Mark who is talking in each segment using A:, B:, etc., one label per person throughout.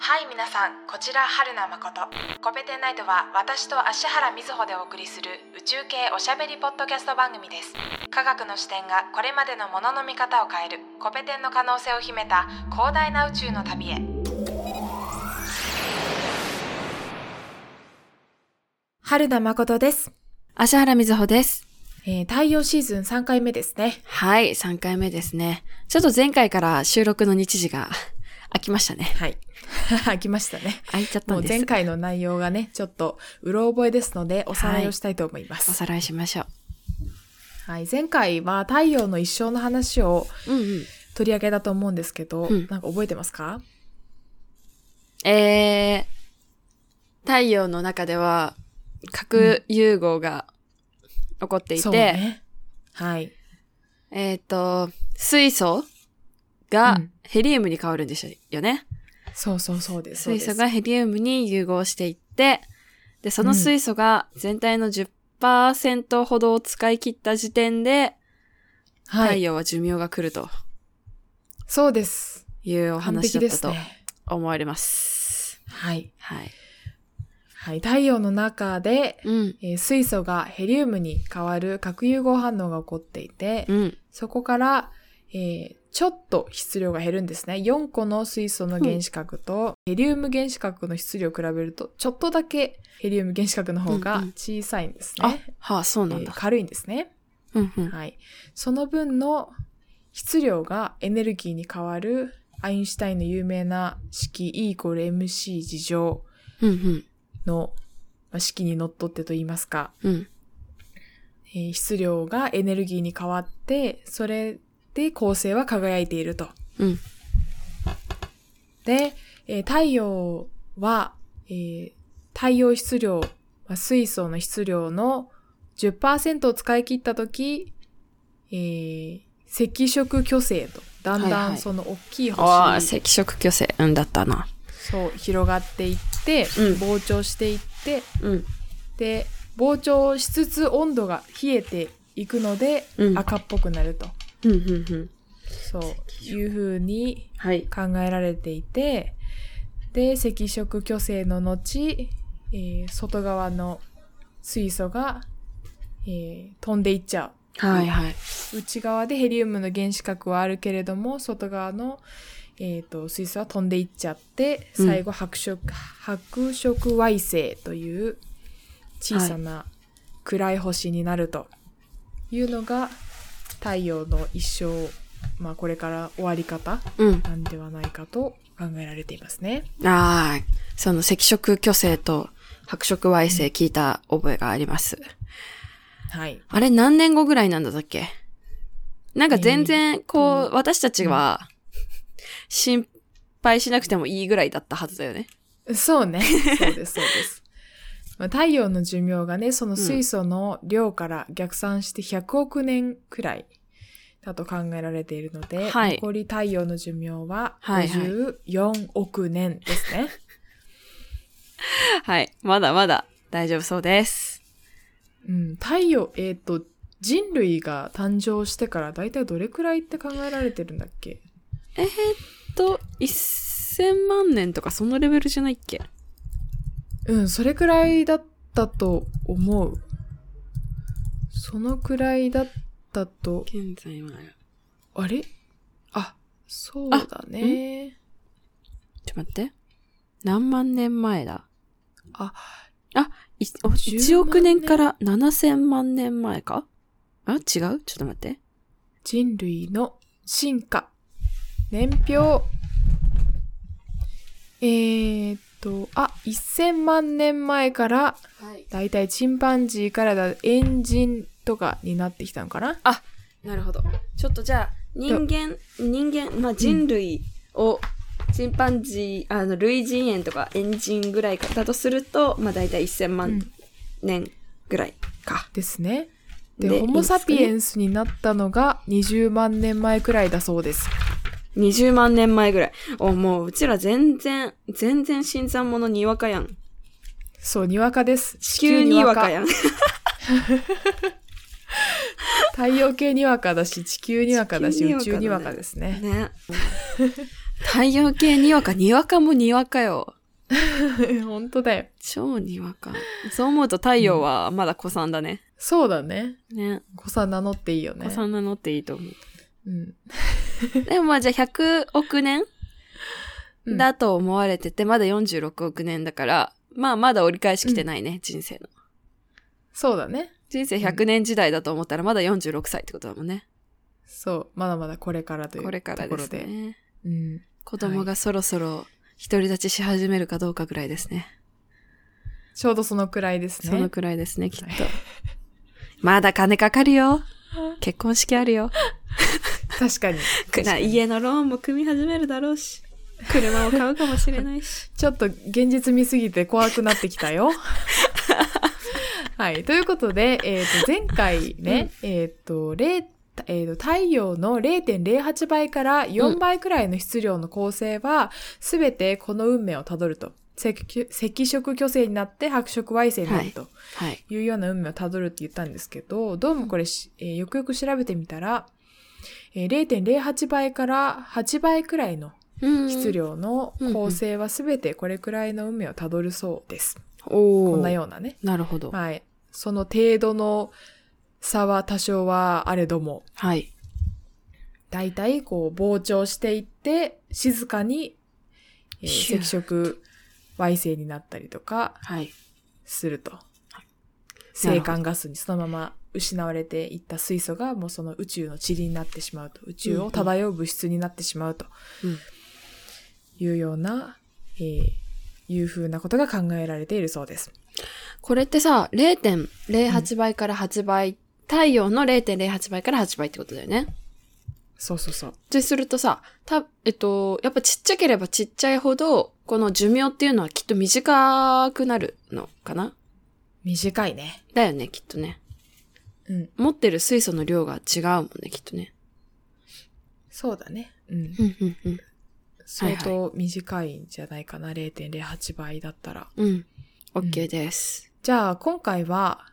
A: はい皆さんこちら春名誠コペテンナイトは私と芦原瑞穂でお送りする宇宙系おしゃべりポッドキャスト番組です科学の視点がこれまでのものの見方を変えるコペテンの可能性を秘めた広大な宇宙の旅へ春名誠です、
B: 芦原瑞穂です。
A: えー、太陽シーズン3回目ですね
B: はい、3回目ですね。ちょっと前回から収録の日時が 空きましたね。
A: はい 来ましたね
B: 空いちゃったん
A: もう
B: です。
A: 前回の内容がねちょっとうろ覚えですのでおさらいをしたいと思います、
B: おさらいしましょ
A: はい、前回は太陽の一生の話を
B: う。うんうん。
A: 取り上げたと思うんですけど、
B: うん
A: なんか覚えてますか
B: えー、太陽の中では核融合が起こっていて、
A: そうね。はい。
B: えっ、と、水素が
A: うん
B: ヘリウムに変わるんですよね。
A: そうそうそうです。そう
B: 水
A: です
B: 素がヘリウムに融合していって、で、その水素が全体の10%ほどを使い切った時点で、
A: は
B: 太
A: い。
B: 陽は寿命が来ると
A: そうです。
B: いうお
A: 完
B: 話
A: 璧
B: だ
A: で
B: った
A: す
B: と
A: ね。
B: 思われます。
A: はい。
B: はい。
A: はい。太陽の中で、
B: うん。
A: えー水素がヘリウムに変わる核融合反応が起こっていて、
B: うん。
A: そこから、えーちょっと質量が減るんですね。4個の水素の原子核と、ヘリウム原子核の質量を比べると、ちょっとだけヘリウム原子核の方
B: うん
A: が
B: うん
A: 小さいんです
B: あ
A: ね。、
B: はあ、そうなん
A: えー
B: だ。
A: 軽いんですね。
B: うんうん。
A: はい。その分の質量がエネルギーに変わる、アインシュタインの有名な式 E イコール MC 事乗
B: うんうん。
A: のまあ式にのっとってと言いますか、
B: うん。
A: えー質量がエネルギーに変わって、それで恒星は輝いていると。
B: うん。
A: で、えー太陽は、えー太陽質量、まあ水素の質量の10%を使い切ったとき、えー赤色巨星と、だん
B: はい
A: だ
B: は
A: ん
B: い
A: その大きい星、
B: ああ、赤色巨星。うんだったな。
A: そう、広がっていっ
B: う
A: て、
B: ん
A: 膨張していって、
B: うん。
A: で、膨張しつつ温度が冷えていくので、
B: うん
A: 赤っぽくなると。
B: うんうんうん。
A: そう、いうふうに
B: はい。
A: 考えられていてで赤色巨星の後、えー外側の水素が、えー飛んでいっちゃ
B: はいはい。
A: う内側でヘリウムの原子核はあるけれども外側の、えー、と水素は飛んでいっちゃって
B: うん
A: 最後白色、白色矮星という小さな暗い星になるというのが太陽の一生、まあ、これから終わり方
B: うん。
A: なんではないかと考えられていますね。
B: ああ、その赤色巨星と白色矮星聞いた覚えがあります。
A: はい。
B: あれ何年後ぐらいなんだったっけなんか全然、こう、
A: えー
B: 私たちは、心配しなくてもいいぐらいだったはずだよね。
A: そ うね。そうです、そうです。まあ太陽の寿命がね、その水素の量から逆算して100億年くらいだと考えられているので、
B: はい
A: 残り太陽の寿命は
B: はいはい
A: 54億年で すね。
B: はい。まだまだ大丈夫そうです。
A: うん、太陽、えっ、と、人類が誕生してから大体どれくらいって考えられてるんだっけ
B: えーっと、1000万年とかそのレベルじゃないっけ
A: うん、それくらいだったと思う。そのくらいだったと
B: 現在は、ちょ
A: あれあ、そうだね。
B: っと待って。何万年前だ
A: あ、
B: あ、いお1
A: 10
B: 億年から7000万年前かあ、違うちょっと待って。
A: 人類の進化。年表。えー、っと、あ、1000万年前から、
B: はい。
A: だいたいチンパンジーからだ、エンジンとかになってきたのかな
B: なるほど。ちょっとじゃあ、人間、人間、まあ、人類を、チンパンジー、あの、類人猿とか、エンジンぐらいだとすると、まあ、大体1000
A: うん
B: 万年ぐらいか。
A: ですね。で、
B: で
A: ホモ・サピエ
B: いい
A: ンスになったのが20万年前くらいだそうです。
B: 20万年前ぐらい。お、もう、うちら全然、全然新参者にわかやん。
A: そう、にわかです。地
B: 地球にわか
A: 球に
B: や
A: わ
B: ん。
A: か太陽系にわかだし、地球にわかだし、
B: 地球にわ
A: 宇
B: かだ
A: 宙
B: ね
A: にわかですね。
B: ね。太陽系にわか、にわかもにわかよ。
A: 本当だよ。
B: 超にわか。そう思うと太陽はまだ子さんだね。
A: そうだね。
B: ね。
A: 子さん名乗っていいよね。
B: 子さんなのっていいと思
A: うん。
B: う。でもまあじゃあ100億年
A: うん
B: だと思われてて、まだ46億年だから、まあまだ折り返しきてないね、人生の。
A: そうだね。
B: 人生100年時代だと思ったらまだ46歳ってことだもんね。
A: そう。まだまだこれからとい
B: こ
A: うところで。
B: れからですね。
A: うん。
B: 子供がそろそろ独り立ちし始めるかどうかぐらいですね。
A: ちょうどそのくらいですね。
B: そのくらいですね、きっと。 まだ金かかるよ。結婚式あるよ。
A: 確かに。
B: くな家のローンも組み始めるだろうし、車を買うかもしれない し。
A: ちょっと現実見すぎて怖くなってき たよ。はい。ということで、えっ、と、前回ね、えっ、と、0、えーと太陽の0.08倍から4倍くらいの質量の構成は、すべてこの運命をたどると。赤赤色巨星になって白色矮星になると。
B: はい。
A: いうような運命をたどるって言ったんですけど、どうもこれし、えーよくよく調べてみたら、えー0.08倍から8倍くらいの質。量の構成は全てこれくらいの運命をたどるそうです。
B: お
A: こんな
B: ー
A: ようなね。
B: なるほど。
A: はい。その程度の差は多少はあれども、
B: はい。
A: だいたいこう膨張していって、静かに、えー
B: シュー
A: 赤色矮星になったりとか
B: はい。
A: すると。
B: なる
A: 青
B: ほど
A: 管ガスにそのまま失われていった水素がもうその宇宙の塵になってしまうと宇宙を漂う物質になってしまうと
B: うん
A: いうような、えーいうふうなことが考えられているそうです。
B: これってさ、0.08倍から8倍、太陽の0.08倍から8倍ってことだよね。
A: そうそうそう。
B: ってするとさ、た、えっと、やっぱちっちゃければちっちゃいほど、この寿命っていうのはきっと短くなるのかな
A: 短いね。
B: だよね、きっとね。
A: うん。
B: 持ってる水素の量が違うもんね、きっとね。
A: そうだね。うん。
B: うん、うん、うん。
A: 相当短いんじゃないかな。0.08倍だったら。
B: うん。OK です。
A: じゃあ今回は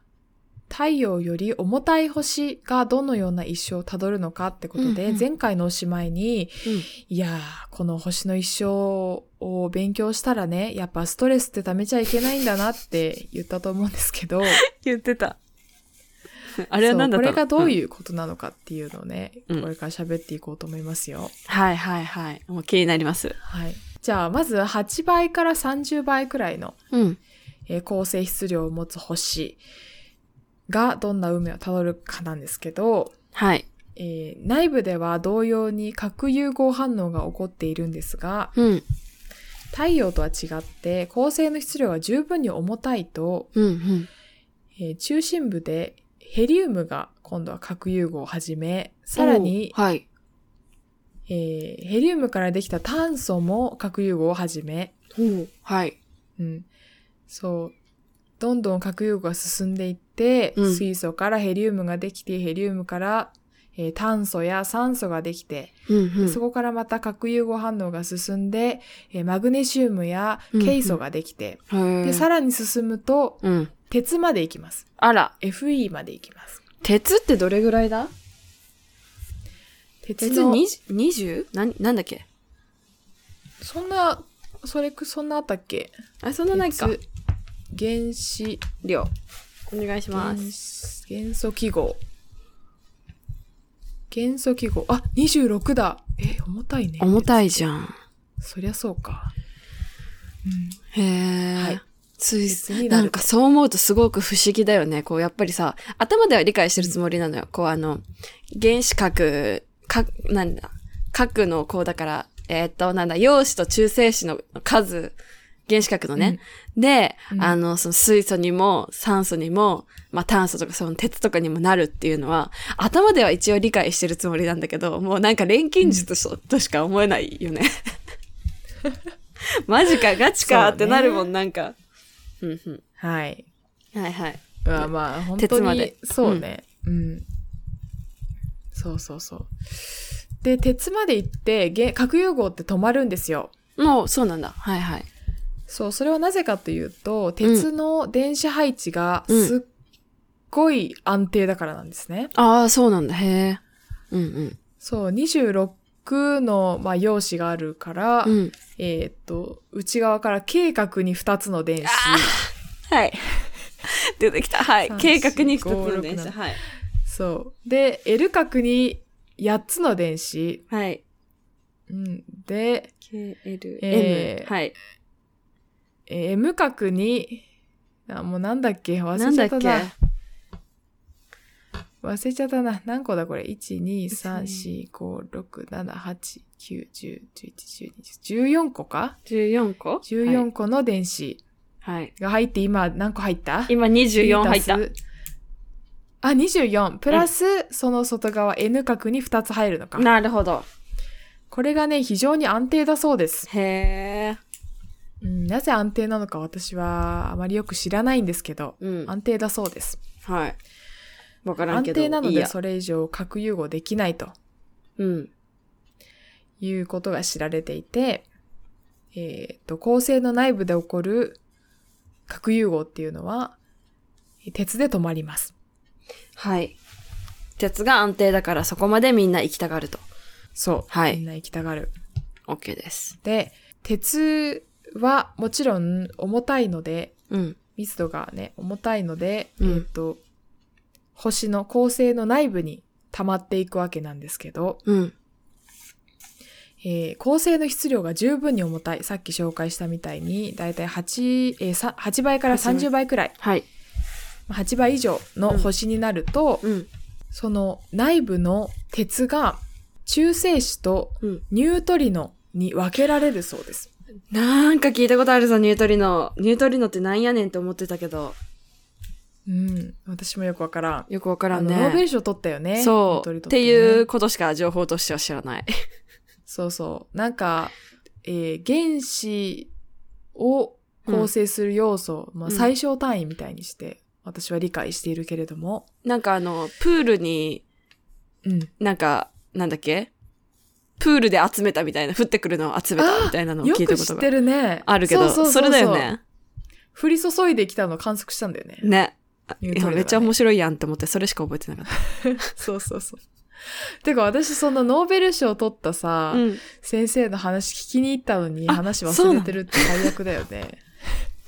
A: 太陽より重たい星がどのような一生をたどるのかってことで、
B: うんうん
A: 前回のおしまいに、
B: うん
A: いやー、この星の一生を勉強したらね、やっぱストレスって溜めちゃいけないんだなって言ったと思うんですけ ど、
B: 言ってた。あ
A: あ
B: れは何だ
A: こ
B: った
A: れ
B: の
A: がどう
B: うん、
A: いうことなのかっていうのをね、
B: うん
A: これから喋っていこうと思いますよ。
B: はいはいはい。もう気になります。
A: はい。じゃあまず8倍から30倍くらいの
B: うん。
A: えー構成質量を持つ星がどんな運命をたどるかなんですけど、
B: はい。
A: えー内部では同様に核融合反応が起こっているんですが、
B: うん。
A: 太陽とは違って恒星の質量が十分に重たいと、
B: うん、うん。
A: えー中心部でヘリウムが今度は核融合を始め、さらに
B: お、ーはい。
A: えーヘリウムからできた炭素も核融合を始め、
B: はい。
A: うん、そうどんどん核融合が進んでいって、
B: うん
A: 水素からヘリウムができてヘリウムから、えー炭素や酸素ができて、
B: うん、うん。
A: そこからまた核融合反応が進んで、えーマグネシウムや
B: うんうん
A: ケイ素ができて、
B: で
A: でさらに進むと
B: うん。
A: 鉄まで行きます
B: あら、
A: FE まで行きます
B: 鉄ってどれぐらいだ
A: 鉄
B: 鉄
A: の
B: 20? なん、なんだっけ
A: そんなそれくそんなあったっけ
B: あ、そんなないか。
A: 鉄原子
B: 量。お願いしま
A: 元
B: す。
A: 元素記号。元素記号。あ、26だ。え、重たいね。
B: 重たいじゃん。
A: そりゃそうか。うん。
B: へえ。
A: はい
B: 水
A: 別にな
B: な
A: る
B: んかそう思うとすごく不思議だよね。こうやっぱりさ、頭では理解してるつもりなのよ。こうあの、原子核、核、なんだ、核のこうだから、えーっと、なんだ、陽子と中性子の数、原子核のね。で、
A: うん
B: あの、その水素にも酸素にも、まあ炭素とかその鉄とかにもなるっていうのは、頭では一応理解してるつもりなんだけど、もうなんか錬金術とし,、としか思えない よね。マジか、ガチかってなるもん、なんか。うんうん。
A: はい。
B: はいはい。
A: まあまあ、本
B: 鉄
A: 当
B: ま
A: に
B: で、
A: そうね、うん。そうそうそう。で、鉄まで行って、げ核融合って止まるんですよ。
B: もう、そうなんだ。はいはい。
A: そう、それはなぜかというと、鉄の電子配置が
B: うん
A: すっごい安定だからなんですね。
B: ああ、そうなんだ。へえ。うんうん。
A: そう、26角の、まあ、陽子があるから、
B: うん。
A: えーっと、内側から計画に2つの電子。
B: はい。 出てきた。はい
A: 三。
B: 計画に一つ
A: 四
B: の
A: 五
B: 電
A: 六
B: 車。
A: 七
B: はい。
A: そう。で、L 角に8つの電子。
B: はい。
A: うん、で、
B: KLM。
A: えー
B: はい。
A: えー M 角に、あ、もうなんだっけ
B: な
A: 忘
B: ん
A: れち
B: だ
A: ゃっ
B: ったけ
A: な。忘れちゃったな。何個だこれ ?1、2、3、4、5、6、7、8、9、10、11、12、14個か
B: ?14 個
A: ?14 個の電子
B: はい。はい。
A: が入って、今何個入った
B: 今24入った。
A: 足すあ、24。プラス、その外側 N 角に2つ入るのか。
B: なるほど。
A: これがね、非常に安定だそうです。
B: へえ。
A: うん、なぜ安定なのか私はあまりよく知らないんですけど、
B: うん。
A: 安定だそうです。
B: はい。わからん
A: 安
B: けど。
A: 定なの
B: いい
A: で
B: や
A: それ以上核融合できないと
B: うん。
A: いうことが知られていて、えっと、構成の内部で起こる核融合っていうのは、鉄で止まります。
B: はい。鉄が安定だからそこまでみんな行きたがると。
A: そう。
B: はい
A: みんな行きたがる。
B: OK です。
A: で、鉄はもちろん重たいので、
B: うん。
A: 密度がね、重たいので、
B: うん
A: えっ、と、星の恒星の内部に溜まっていくわけなんですけど、
B: うん。
A: えー恒星の質量が十分に重たい。さっき紹介したみたいに、だいたい8、えーさ8倍から30倍くらい、
B: はい。
A: 8倍以上の星になると、
B: うん。
A: その内部の鉄が中性子と
B: うん
A: ニュートリノに分けられるそうです。
B: なんか聞いたことあるぞ、ニュートリノ。ニュートリノってなんやねんって思ってたけど、
A: うん、私もよくわからん。
B: よくわから
A: あ
B: ん
A: のノーベル
B: ね。
A: 賞取ったよね。ニュ
B: そ
A: ート
B: う。っ
A: リノ
B: て
A: ね
B: いうことしか情報としては知らない。
A: そうそう。なんか、えー原子を構成する要素、まあ、
B: うん
A: 最小単位みたいにして、私は理解しているけれども、
B: なんかあの、プールに、
A: うん。
B: なんか、なんだっけプールで集めたみたいな、降ってくるのを集めたみたいなのを
A: よ
B: 聞い
A: く
B: たこ
A: 知
B: と
A: っ
B: が
A: てるね。
B: あるけど、
A: うううう
B: それだよ。ね。
A: 降り注いできたのを観測したんだよね。
B: ね。
A: ニュー
B: いや
A: トリノがね
B: めっちゃ面白いやんって思って、それしか覚えてなかっ
A: そうそうそう。てか私そのノーベル賞取ったさ
B: た。、うん。
A: 先生の話聞きに行ったのに
B: あ
A: 話
B: そう
A: 忘
B: な
A: れ
B: の
A: てるって最悪だよね。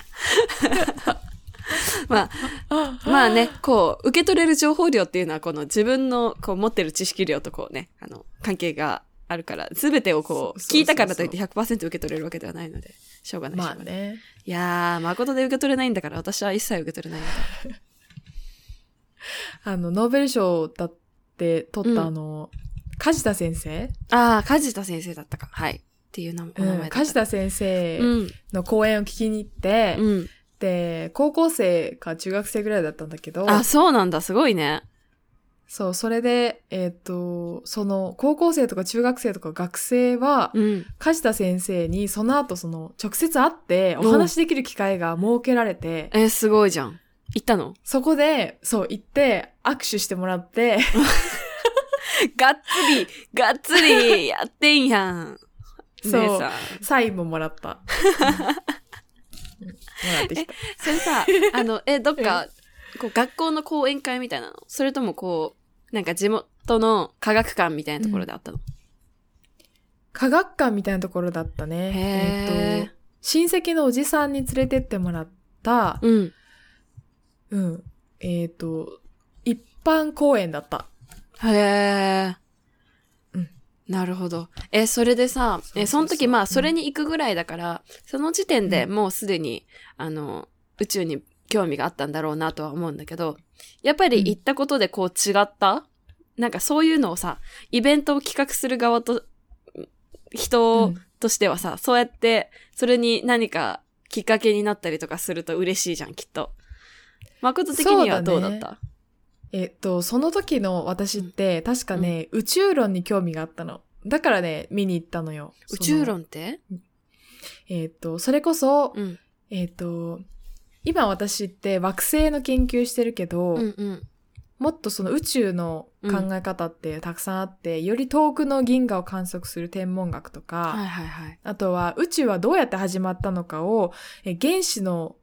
B: まあ、まあね、こう、受け取れる情報量っていうのは、この自分のこう持ってる知識量とこうね、あの、関係があるから、すべてをこう、
A: そうそうそうそう
B: 聞いたからといって100%受け取れるわけではないので、しょうがない。
A: まあ
B: しょうがない
A: ね。
B: いやー、誠で受け取れないんだから、私は一切受け取れないんだか
A: あの、ノーベル賞だって取った
B: うん
A: あの、梶田先生
B: ら。あー、梶田先生だったか。はい。っていう名前。お名前だった
A: 梶田先生
B: うん。
A: の講演を聞きに行って、
B: うん。
A: で、高校生か中学生ぐらいだったんだけど、
B: あ、そうなんだ。すごいね。
A: そう、それで、えっ、と、その、高校生とか中学生とか学生は、
B: うん。
A: 梶田先生にその後その、直接会ってお話しできる機会が設けられて、
B: えー、すごいじゃん。行ったの
A: そこで、そう、行って、握手してもらって、
B: がっつり、がっつりやってんやん。
A: そう
B: 姉さん。
A: サインもも らった。うんもらってきた。
B: それさ、あの、え、どっか、こう、学校の講演会みたいなのそれともこう、なんか地元の科学館みたいなところであったの、
A: 科学館みたいなところだった
B: へー
A: ね。えっと、親戚のおじさんに連れてってもらった、
B: うん、
A: うん。えっ、と、一般公演だった。
B: へえ。
A: うん
B: なるほど。え、それでさ、
A: そうそう
B: え、その時まあ、それに行くぐらいだから、その時点で
A: う
B: もうすでに、あの、宇宙に興味があったんだろうなとは思うんだけど、やっぱり
A: うん
B: 行ったことでこう違った、なんかそういうのをさ、イベントを企画する側と、人
A: う
B: を
A: ん
B: としてはさ、そうやって、それに何かきっかけになったりとかすると嬉しいじゃん、きっと。誠的にはどうだった
A: えっ、と、その時の私って、確かね、宇宙論に興味があったの。だからね、見に行ったのよ。
B: 宇宙
A: その
B: 論って
A: えっ、と、それこそ、
B: うん。
A: えっ、と、今私って惑星の研究してるけど、
B: うんうん。
A: もっとその宇宙の考え方ってたくさんあって、より遠くの銀河を観測する天文学とか、
B: はいはいはい。
A: あとは宇宙はどうやって始まったのかを、えー原子の、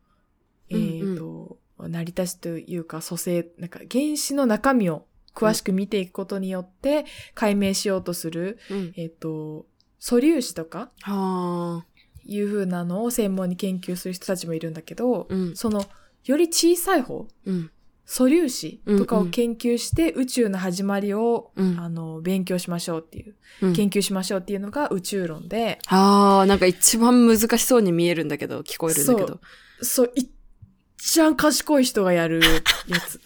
A: えっ、と、成り立ちというか、組成、なんか原子の中身を詳しく見ていくことによって解明しようとする、
B: うん。
A: えっと、素粒子とか
B: はあ。
A: いう風なのを専門に研究する人たちもいるんだけど、
B: うん。
A: その、より小さい方、
B: うん。
A: 素粒子とか
B: うん
A: を
B: うん
A: 研究して宇宙の始まりを、
B: うん
A: あの、勉強しましょうっていう、
B: うん
A: 研究しましょうっていうのが宇宙論で、
B: ああ、なんか一番難しそうに見えるんだけど、聞こえるんだけ
A: そ
B: ど。
A: そう、いっちゃん賢い人がやる やつ。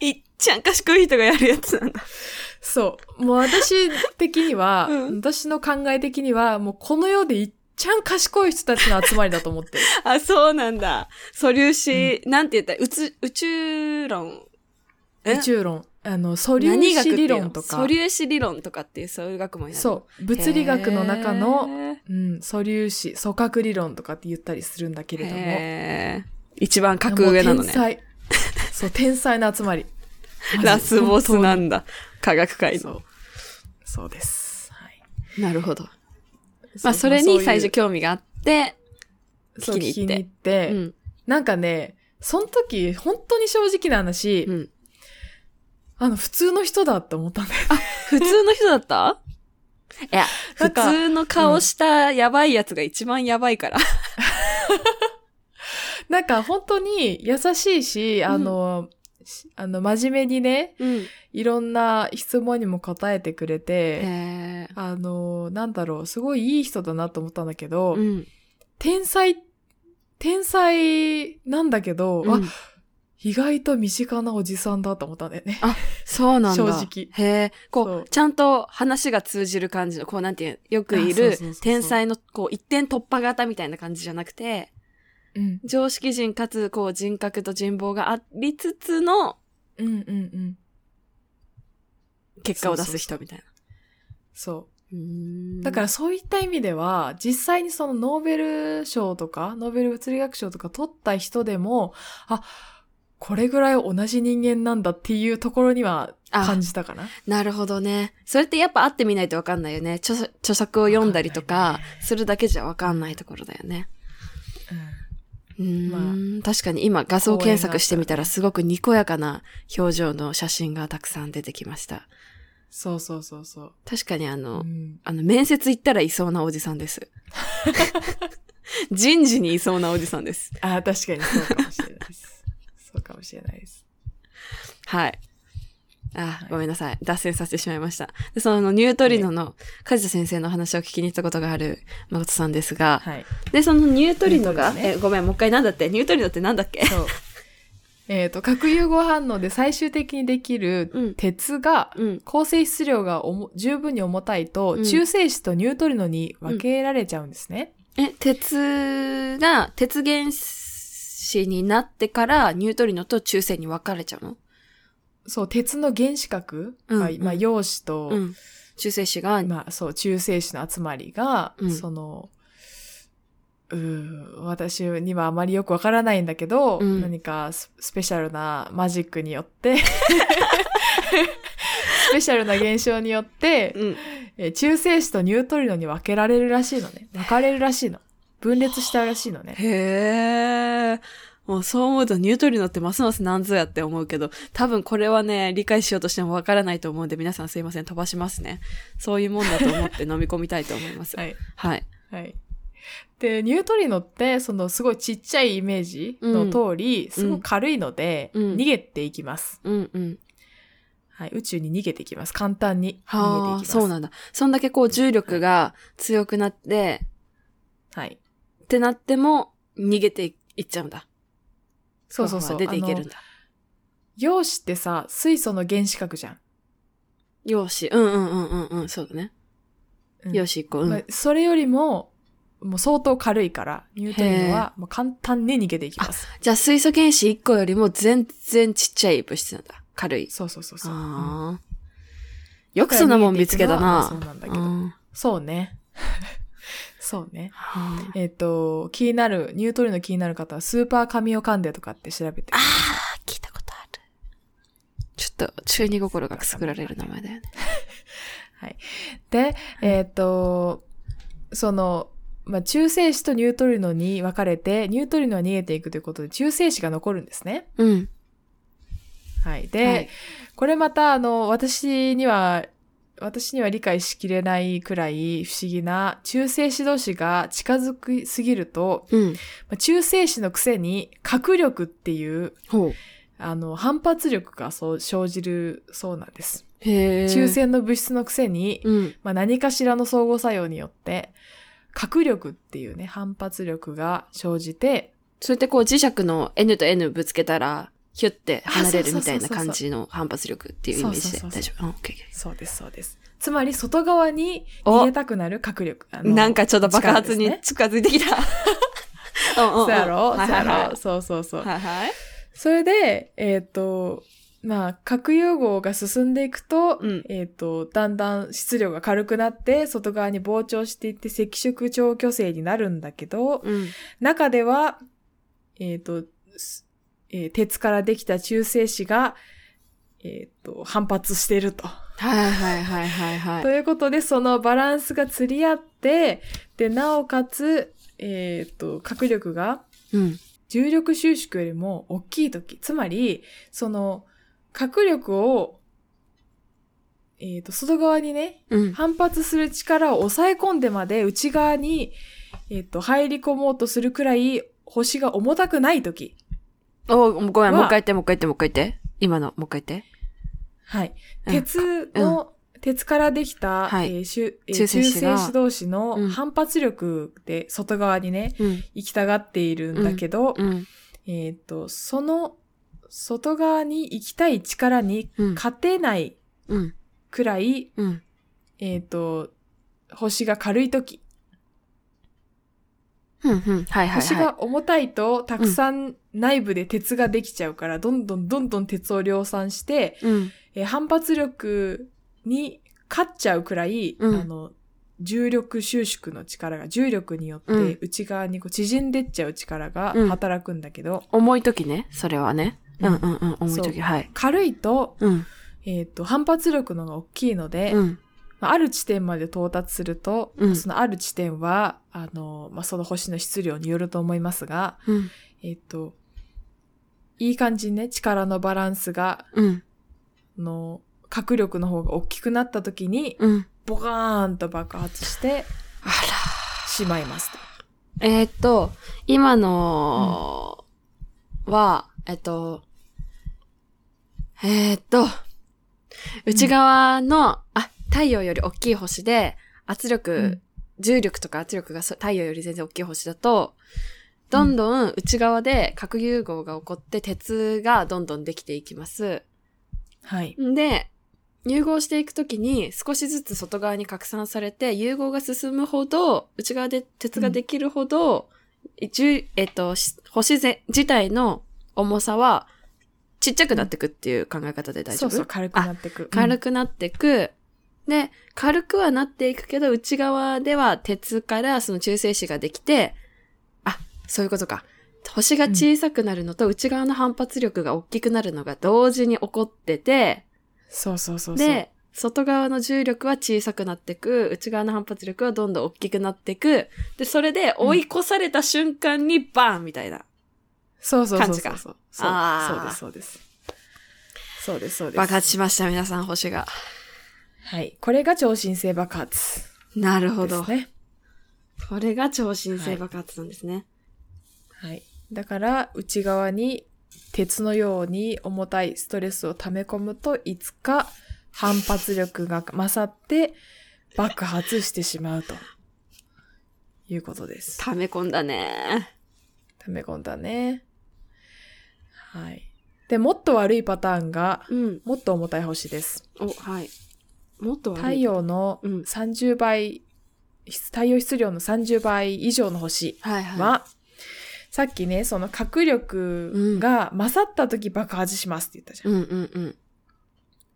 B: いっちゃん賢い人がやるやつなんだ。
A: そう。もう私的には、
B: うん
A: 私の考え的には、もうこの世でいっちゃん賢い人たちの集まりだと思 ってる。
B: あ、そうなんだ。素粒子、なんて言ったら、うつ、宇宙論。え
A: 宇宙論。あの、素粒
B: 何学っ
A: 子
B: てい
A: 理
B: うの
A: 論とか
B: 素。粒子理論とかっていうそういう学問やる
A: そう。
B: う
A: 物理学の中の、
B: へ
A: うん、素粒子、素核理論とかって言ったりするんだけれども。
B: え。一番格上なの
A: もう天
B: ね。
A: 才。 そう、天才の集まり。マ ジ
B: ラスボスなんだ。科学界
A: そ
B: の。
A: う。そうです。はい。
B: なるほど。まあ、それに最初興味があって、
A: そう
B: 聞きに行って
A: 聞きに行って、
B: うん。
A: なんかね、その時、本当に正直な話、
B: うん。
A: あの、普通の人だって思ったんだよ。
B: 普通の人だったいや、普
A: なんか
B: 通の顔したやばいやつが一番やばいから。
A: なんか本当に優しいし、あの、しあの、真面目にね、
B: うん。
A: いろんな質問にも答えてくれて、
B: え
A: あの、なんだろう、すごいいい人だなと思ったんだけど、
B: うん。
A: 天才、天才なんだけど、
B: う
A: あ
B: ん、
A: 意外と身近なおじさんだと思ったんだよね。
B: そうなんだ。
A: 正直
B: へえ。
A: そ
B: こ
A: う
B: う、ちゃんと話が通じる感じの、こうなんていう、よくい
A: あそうそう
B: る
A: そうそう
B: 天才の、こう一点突破型みたいな感じじゃなくて、
A: うん。
B: 常識人かつ、こう人格と人望がありつつの
A: うんうんうん。
B: 結果を出す人みたいな。
A: そう
B: ー
A: う。
B: ん
A: だからそういった意味では、実際にそのノーベル賞とか、ノーベル物理学賞とか取った人でも、あ、これぐらい同じ人間なんだっていうところには
B: あ
A: 感じたかな。
B: なるほどね。それってやっぱ会ってみないとわかんないよね。著作著作を読んだりと
A: わかん
B: か
A: ない、
B: するだけじゃわかんないところだよね。
A: うん
B: うーん、確かに今画像検索してみたらすごくにこやかな表情の写真がたくさん出てきました。
A: そうそうそうそう。
B: 確かにあの、
A: うん
B: あの、面接行ったらいそうなおじさんです。人事にいそうなおじさんです。
A: あ、確かにそうかもしれないです。 そうかもしれないです。
B: はい。あ
A: い、
B: ごめんなさい。脱線させてしまいました。で、そのニュートリノの梶田先生の話を聞きに行ったことがある誠さんですが、
A: はい。
B: で、そのニュートリノが、
A: ニュートリノね
B: え、ごめん、もう一回なんだってニュートリノってなんだっけ
A: そう。 えっと、核融合反応で最終的にでき
B: う
A: る
B: ん
A: 鉄が、
B: うん。
A: 構成質量がおも十分に重たいと、
B: うん
A: 中性子とニュートリノに分けられちゃうんですね。
B: え、鉄が、鉄原子になってから、ニュートリノと中性に分かれちゃうの
A: そう、鉄の原子核、
B: うん
A: まあまあ、
B: うん
A: 陽子と、
B: うん。中性子が、
A: まあ、そう、中性子の集まりが、
B: うん
A: その、うー私にはあまりよくわからないんだけど、
B: うん
A: 何かススペシャルなマジックに よって、スペシャルな現象によって、
B: うん。
A: えー中性子とニュートリノに分けられるらしいのね。分かれるらしいの。分裂しちゃうらしいのね。
B: へー。もうそう思うとニュートリノってますますなんぞやって思うけど、多分これはね、理解しようとしても分からないと思うんで、皆さんすいません、飛ばしますね。そういうもんだと思って飲み込みたいと思います。
A: はい。
B: はい。
A: はい。で、ニュートリノって、そのすごいちっちゃいイメージの通り、すごく軽いので、
B: うん
A: 逃げていきます。
B: うんうん。
A: はい。宇宙に逃げていきます。簡単
B: は
A: に逃げていき
B: あ、
A: ます。
B: そうなんだ。そんだけこう重力が強くなって、
A: はい。
B: ってなっても逃げていっちゃうんだ。
A: そうそうそう。
B: 出ていけ
A: あ
B: るん
A: の
B: だ。
A: 陽子ってさ、水素の原子核じゃん。
B: よし。うんうんうんうんうん。そうだね。
A: うん
B: よし一個。うん。
A: まあそれよりも、もう相当軽いから、ニュートリノはもう簡単に逃げていきます。
B: じゃあ水素原子一個よりも全然ちっちゃい物質なんだ。軽い。
A: そうそうそうそう。うん
B: ああ。よくそんなもん見つけたな。
A: そうなんだけ
B: う
A: ど。
B: ん
A: そ うね。そうね。
B: はあ
A: えっ、と、気になる、ニュートリノ気になる方は、スーパーカミオカンデとかって調べて。
B: あー、聞いたことある。ちょっと中二心がくすぐられる名前だよね。
A: で、えっ、と、その、まあ、中性子とニュートリノに分かれて、ニュートリノは逃げていくということで、中性子が残るんですね。
B: うん。
A: はい。で、これまた、あの、私には、私には理解しきれないくらい不思議な中性子同士が近づきすぎると、
B: うん。
A: まあ中性子のくせに核力っていう、
B: ほう。
A: あの、反発力がそう生じるそうなんです。
B: へえ。
A: 中。性の物質のくせに、
B: うん。
A: まあ、何かしらの相互作用によって、核力っていうね、反発力が生じて、
B: それってこう磁石の N と N ぶつけたら、ヒュって離れるみたいな
A: あそうそうそうそう
B: 感じの反発力っていうイメージで
A: そうそうそう
B: 大丈
A: そ
B: 夫。うんオッケーオッケ
A: そうです、そうです。つまり、外側に
B: お
A: 逃げたくなる核力。あ
B: ー
A: の
B: なんかちょっと爆発に
A: 力ですね
B: 近づいてきた。う んうん
A: そうやろ
B: は
A: そ
B: いうはい
A: や
B: は
A: ろそうそうそう
B: い。。はいはい。
A: それで、えっ、と、まあ、核融合が進んでいくと、
B: うん
A: えっ、と、だんだん質量が軽くなって、外側に膨張していって赤色超巨星になるんだけど、
B: うん。
A: 中では、えっ、と、すえー鉄からできた中性子が、えっ、と、反発していると。
B: はいはいはいはいはい
A: と。いうことで、そのバランスが釣り合って、で、なおかつ、えっ、と、角力が
B: うん。
A: 重力収縮よりも大きい時、つまり、その、角力を、えっ、と、外側にね、
B: うん。
A: 反発する力を抑え込んでまで内側に、えっ、と、入り込もうとするくらい、星が重たくない時。
B: お、ごめん、
A: は
B: もう一回言って、もう一回言って、もう一回言って。今の、もう一回言って。
A: はい。
B: うん
A: 鉄の、鉄からできた、
B: はい
A: えーしゅえー
B: 中
A: 中
B: 性
A: 性
B: 子が
A: 子同士
B: うん
A: の反発力で外側にね、
B: うん。
A: 行きたがっているんだけど、
B: うん。
A: えーっと、その外側に行きたい力に
B: うん。
A: 勝てない
B: うん。
A: くらい、
B: うん。
A: えーっと、星が軽い時、
B: うん。うん。はいはい
A: 星
B: は
A: が重たいと、たくさん内部で鉄ができちゃうから、どんどんどんどん鉄を量産して、
B: い。うん。
A: えー反発力に勝っちゃうくらい、
B: うん
A: あの、重力収縮の力が、重力によっ
B: うん
A: て内側にこう縮んでっちゃう力が
B: うん
A: 働くんだけど、
B: 重い時ね、それはね。うんうんうん、重い
A: そう
B: 時、はい。
A: 軽いと、
B: うん。
A: えっ、と、反発力の方が大きいので、
B: うん。
A: まあある地点まで到達すると、
B: うん
A: そのある地点は、あの、まあ、その星の質量によると思いますが、
B: うん。
A: えっ、と、いい感じにね、力のバランスが、
B: うん。
A: あの、角力の方が大きくなった時に、
B: うん。
A: ボカーンと爆発して
B: あら。
A: しまいますと。
B: えーっと、今のは、えっと、えーっと、内側の、あ、太陽より大きい星で、圧力、重力とか圧力がそ太陽より全然大きい星だと、どんどん内側で核融合が起こって鉄がどんどんできていきます。
A: はい。
B: んで、融合していくときに少しずつ外側に拡散されて、融合が進むほど、内側で鉄ができるほど、重えっと、し星ぜ自体の重さはちっちゃくなっていくっていう考え方で大丈
A: そ
B: 夫
A: うそう、軽くなってく。
B: 軽
A: く。
B: くなっていく。で、軽くはなっていくけど、内側では鉄からその中性子ができて、あ、そういうことか。星が小さくなるのと内側の反発力が大きくなるのが同時に起こってて、
A: そうそうそうそう。
B: で、外側の重力は小さくなっていく、内側の反発力はどんどん大きくなっていく。で、それで追い越された瞬間にバーンみたいな。
A: そうそうそう
B: 感じ
A: そ
B: か
A: う。そうそう
B: あー
A: そうです、そうです。そうです、そうです。
B: 爆発しました、皆さん、星が。
A: はい。これが超新星爆発
B: なるほ
A: で
B: ど。
A: すね。
B: これが超新星爆発なんですね。
A: はい。だから、内側に鉄のように重たいストレスを溜め込むと、いつか反発力が勝って爆発してしまうと。いうことです。
B: 溜め込んだね。
A: 溜め込んだね。はい。で、もっと悪いパターンが、
B: うん。
A: もっと重たい星です。
B: お、はい。もっと悪い
A: 太。陽の
B: うん
A: 30倍、太陽質量の30倍以上の星
B: はいはい。
A: は、さっきね、その核力が勝った時爆発しますって言ったじゃん。
B: うんうんうん。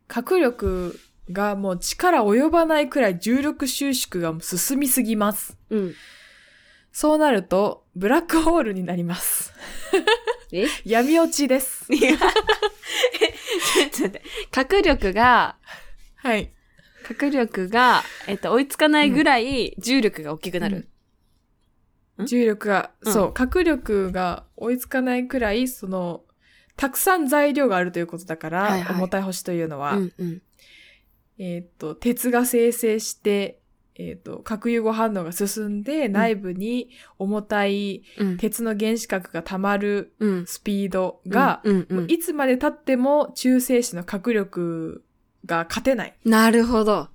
A: 核力がもう力及ばないくらい重力収縮が進みすぎます。
B: うん。
A: そうなると、ブラックホールになります。
B: え
A: 闇落ちです。
B: いや、ちょっと待って。核力が、
A: はい。
B: 核力が、えっと、追いつかないぐらい重力が大きくなる。ん
A: 重力が、
B: うん
A: そう、角力が追いつかないくらい、その、たくさん材料があるということだから、
B: はいはい
A: 重たい星というのは、
B: うんうん。
A: えーっと、鉄が生成して、えーっと、核融合反応が進んで、内部に重たい
B: うん。
A: 鉄の原子核が溜まる
B: うん。
A: スピードが、
B: うんうん
A: もういつまで経っても中性子の核力が勝てない。
B: なるほど。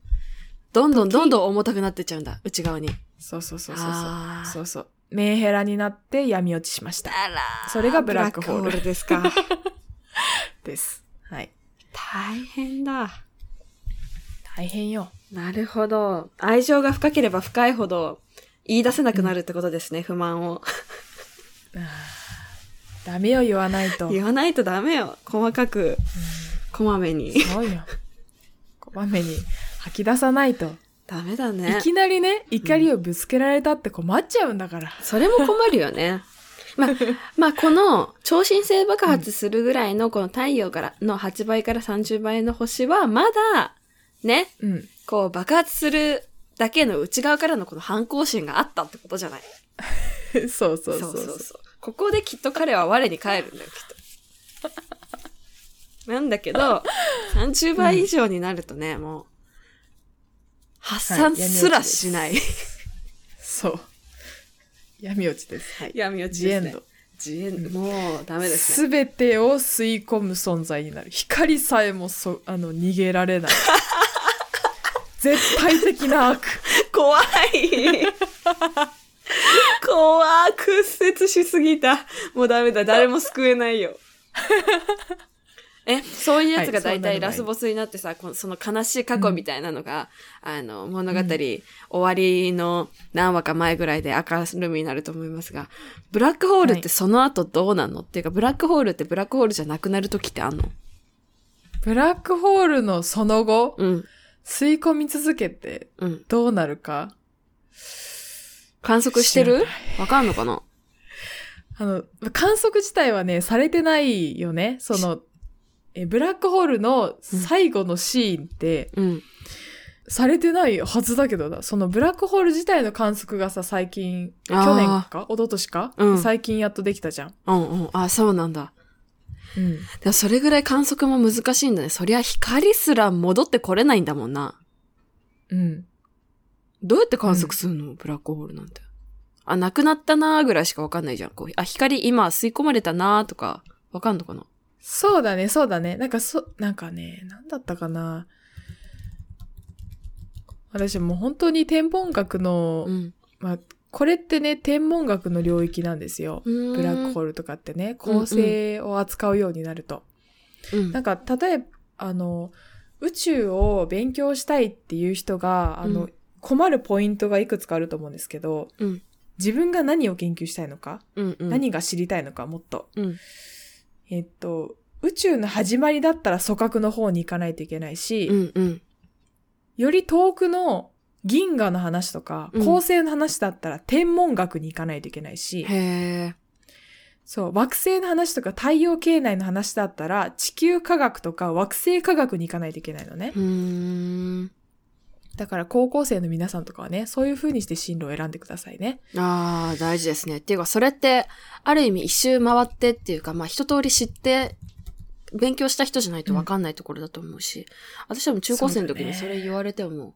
B: どんどんどんどん重たくなってっちゃうんだ、内側に。
A: そうそうそうそうそう。
B: あ
A: そ
B: ー
A: うそう。メンヘラになって闇落ちしました。
B: あら。
A: それがブラックホール
B: です か。
A: です。はい。
B: 大変だ。
A: 大変よ。
B: なるほど。愛情が深ければ深いほど言い出せなくなるってことですね、不満を。
A: あーダメよ、言わないと。
B: 言わないとダメよ。細かく、こまめ に。
A: そうよ。こまめに吐き出さないと。
B: ダメだね
A: い。きなりね、怒りをぶつけられたって困っちゃうんだから。
B: それも困るよね。 まあ、まあ、この超新星爆発するぐらいのこの太陽からの8倍から30倍の星はまだ、ね、
A: うん。
B: こう爆発するだけの内側からのこの反抗心があったってことじゃない。
A: そうそうそうそう。
B: う。ここできっと彼は我に返るんだよ、きっと。なんだけど、30倍以上になるとね、もう、発散すらしない。
A: そう。闇落ちです。はい。
B: 闇落
A: ジエンド。
B: ジエンド。もうダメですね。
A: すべてを吸い込む存在になる。光さえもそあの逃げられ ない。絶対的な悪。
B: 怖い怖い屈折しすぎたもうダメだ誰も救えないよ えそういうやつが大
A: はいそうなる前
B: 体
A: に
B: ラスボスになってさ、このその悲しい過去みたいなのが、あの物語、終わりの何話か前ぐらいで明るみになると思いますがブラックホールっ
A: は
B: て
A: い
B: その後どうなんの、っていうかブラックホールってブラックホールじゃなくなる時ってあんの
A: ブラックホールのその後、
B: うん
A: 吸い込み続けて
B: うん
A: どうなるか。
B: 観測して
A: 知
B: る
A: ら
B: わかんのかな
A: あの、観測自体はね、されてないよね。その、えブラックホールの最後のシーンって、
B: うん
A: されてないはずだけどな。そのブラックホール自体の観測がさ、最近、
B: あー
A: 去年か一昨年か、
B: うん
A: 最近やっとできたじゃん。
B: うんうんあそうなんだ
A: うん。
B: でもそれぐらい観測も難しいんだね。そりゃ光すら戻ってこれないんだもんな。
A: うん。
B: どうやって観測するの、ブラックホールなんて。あ、なくなったなーぐらいしかわかんないじゃん。こう、あ、光今吸い込まれたなーとか、わかんのかな
A: そうだね、そうだね。なんかそ、なんかね、なんだったかな。私もう本当に天文学の、
B: うん。
A: まあ、これってね、天文学の領域なんですよ。ブ
B: ブ
A: ラックホ
B: ー
A: ールとかってね、恒星を扱うようになると。
B: ル。うん。
A: なんか、例えば、あの、宇宙を勉強したいっていう人が、あ
B: う
A: の、
B: ん
A: 困るポイントがいくつかあると思うんですけど、
B: うん
A: 自分が何を研究したいのか、
B: うんうん、
A: 何が知りたいのか、もっと。
B: うん。
A: えっと、宇宙の始まりだったら組閣の方に行かないといけないし、
B: うんうん。
A: より遠くの銀河の話とか、
B: うん
A: 恒星の話だったら天文学に行かないといけないし、
B: へ
A: そう、惑星の話とか太陽系内の話だったら地球科学とか惑星科学に行かないといけないのね
B: ー。。うーん。
A: だから高校生の皆さんとかはね、そういう風にして進路を選んでくださいね。
B: ああ、大事ですね。っていうか、それって、ある意味一周回ってっていうか、まあ一通り知って、勉強した人じゃないと分かんないところだと思うし、私はもう中高生の時に
A: そ
B: そう
A: だね
B: れ言われても、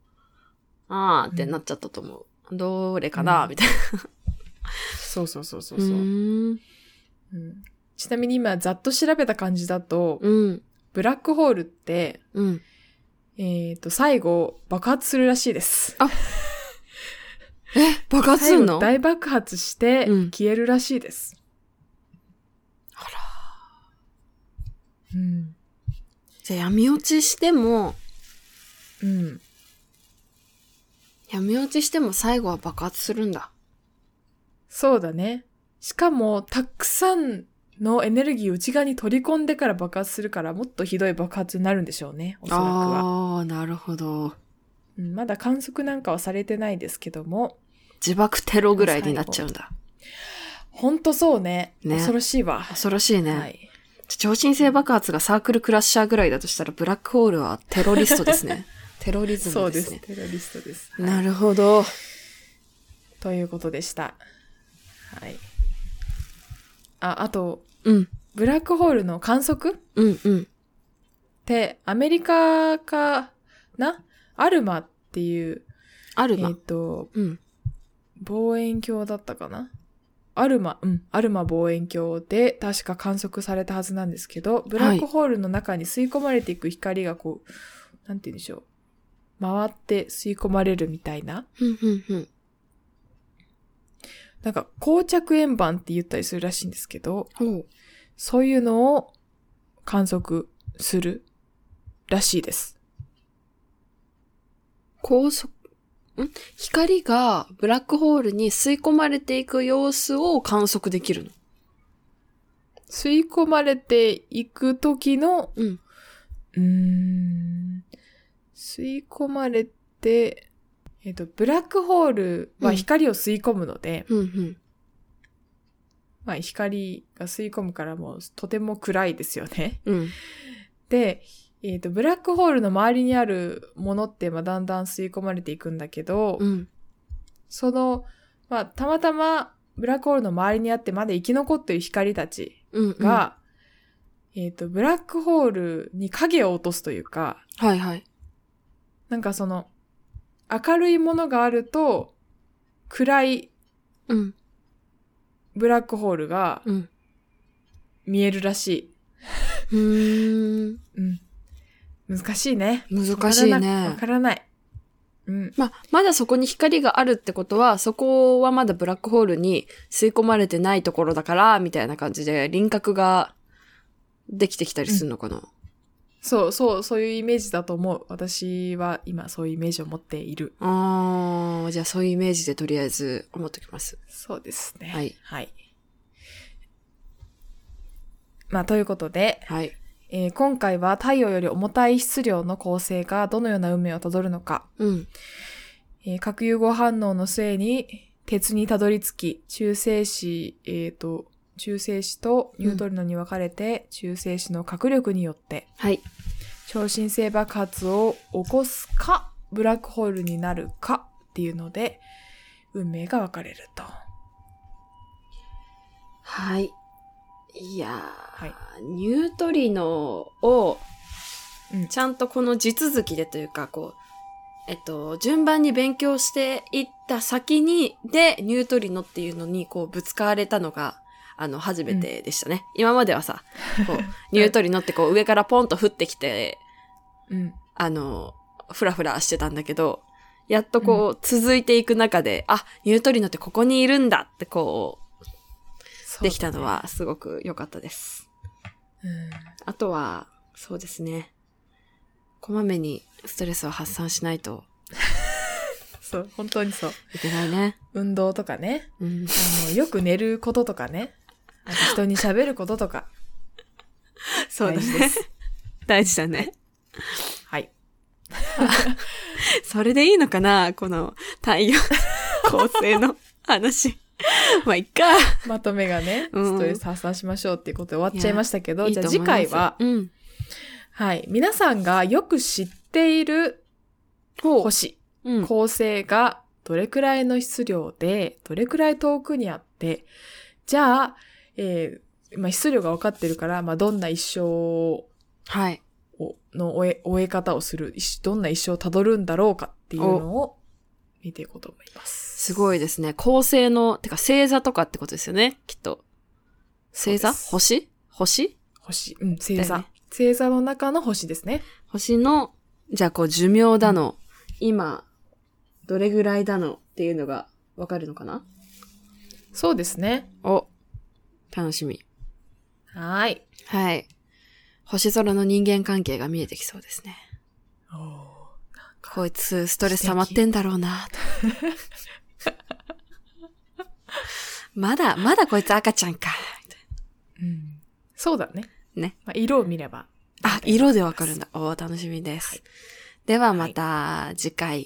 B: ああってなっちゃったと思う。どれかな、
A: うん
B: みたいな。
A: そうそうそうそう
B: う
A: そう、
B: ん。
A: うんちなみに今ざっと調べた感じだと、
B: うん。
A: ブラックホールって、
B: うん。
A: えっ、と、最後爆発するらしいです。
B: え、爆発すんの
A: 最後大爆発して
B: うん
A: 消えるらしいです。
B: あら。
A: うん。
B: じゃあ闇落ちしても、
A: うん。
B: 闇落ちしても最後は爆発するんだ。
A: そうだね。しかも、たくさんのエネルギーを内側に取り込んでから爆発するから、もっとひどい爆発になるんでしょうね。おそらくは。
B: ああ、なるほど。
A: うんまだ観測なんかはされてないですけども、
B: 自爆テロぐらいになっちゃうんだ。
A: ほんとそうね。
B: ね
A: 恐ろしいわ。
B: 恐ろしいね。
A: はい。
B: 超新星爆発がサークルクラッシャーぐらいだとしたら、ブラックホールはテロリストです ね。テロリズ
A: そ
B: ム
A: う
B: で
A: ですす。
B: ね。
A: テロリストです。
B: な
A: る
B: るほど。
A: ということでした。はい。あ、あと、
B: うん。
A: ブラックホールの観測っ
B: うんうん。
A: て、アメリカかなアルマっていう、
B: ある
A: えっ、
B: が。
A: と、
B: うん。
A: 望遠鏡だったかなアルマ、うん、アルマ望遠鏡で確か観測されたはずなんですけど、ブラックホールの中に吸い込まれていく光がこう、なんて言うんでしょう。回って吸い込まれるみたいな。
B: うんうんうん。
A: なんか、膠着円盤って言ったりするらしいんですけど、
B: ほう。
A: そういうのを観測するらしいです。
B: 高速、ん光がブラックホールに吸い込まれていく様子を観測できるの。
A: 吸い込まれていく時の、
B: うん
A: うーん吸い込まれて、えっ、と、ブラックホールは
B: うん
A: 光を吸い込むので、
B: うんうん。
A: まあ光が吸い込むからもうとても暗いですよね。
B: うん。
A: で、えっ、と、ブラックホールの周りにあるものって、まあだんだん吸い込まれていくんだけど、
B: うん。
A: その、まあ、たまたまブラックホールの周りにあってまだ生き残っている光たち
B: うん、うん。は
A: が、えっ、と、ブラックホールに影を落とすというか、
B: いはい。
A: なんかその、明るいものがあると、暗い
B: うん。
A: ブラックホールが
B: うん。
A: 見えるらし
B: うーん。
A: い。うん。難しいね。
B: 難しい
A: わからなわ
B: ね
A: か。らない。うん。
B: まあ、まだそこに光があるってことは、そこはまだブラックホールに吸い込まれてないところだから、みたいな感じで輪郭ができてきたりするのかな。
A: そうそう、そういうイメージだと思う。私は今そういうイメージを持っている。
B: あー、じゃあそういうイメージでとりあえず思っておきます。
A: そうですね。
B: はい。
A: はい。まあ、ということで、
B: はい。
A: えー今回は太陽より重たい質量の構成がどのような運命をたどるのか、
B: うん。
A: えー核融合反応の末に鉄にたどり着き、中性子、えっ、と、中性子とニュートリノに分かれて、中性子の核力によって、
B: はい。
A: 超新星爆発を起こすか、ブラックホールになるかっていうので、運命が分かれると。
B: はい。いやー、
A: い
B: ニュートリノを
A: うん、
B: ちゃんとこの地続きでというか、こう、えっと、順番に勉強していった先に、で、ニュートリノっていうのに、こう、ぶつかれたのが、あの、初めてでしたね。今まではさ、こ う、ニュートリノってこう、上からポンと降ってきて、
A: うん。
B: あの、ふらふらしてたんだけど、やっとこう、続いていく中で、あ、ニュートリノってここにいるんだって、こう、
A: そう
B: できたのはすごく良かったです。
A: うん
B: あとは、そうですね。こまめにストレスを発散しないと
A: そう、本当にそう。
B: いけないね。
A: 運動とかね。
B: うん。
A: あの、よく寝ることとかね。あと人に喋ることとか。
B: そうだ
A: 大事
B: ね。
A: です。
B: 大事だね。
A: はい。
B: それでいいのかなこの太 陽構成の話。まあ、いっか。
A: まとめがね、
B: うん
A: ストレス発散しましょうっていうことで終わっちゃいましたけど、
B: いい
A: じゃあ
B: と思い
A: 次
B: ます
A: 回は、
B: うん。
A: はい、皆さんがよく知っている星、
B: うん。
A: 恒星がどれくらいの質量で、どれくらい遠くにあって、じゃあ、えーまあ、質量が分かってるから、まあ、どんな一生を
B: はい。
A: をの終え終え方をする、一どんな一生をたどるんだろうかっていうのを見ていこうと思います。
B: すごいですね。構成の、てか星座とかってことですよね。きっと。星座
A: そうです
B: 星星
A: 星、うん、星
B: だ
A: 座。
B: よね
A: 星座の中の星ですね。
B: 星の、じゃあこう寿命だの、今、どれぐらいだのっていうのがわかるのかな
A: そうですね。
B: お、楽しみ。
A: はーい。
B: はい。星空の人間関係が見えてきそうですね。こいつ、ストレス溜まってんだろうな と。まだ、まだこいつ赤ちゃんか。みたい
A: うん、そうだね。
B: ね。
A: まあ、色を見れば。
B: なあ、色でわかるんだ。おー楽しみです。ではまた次回。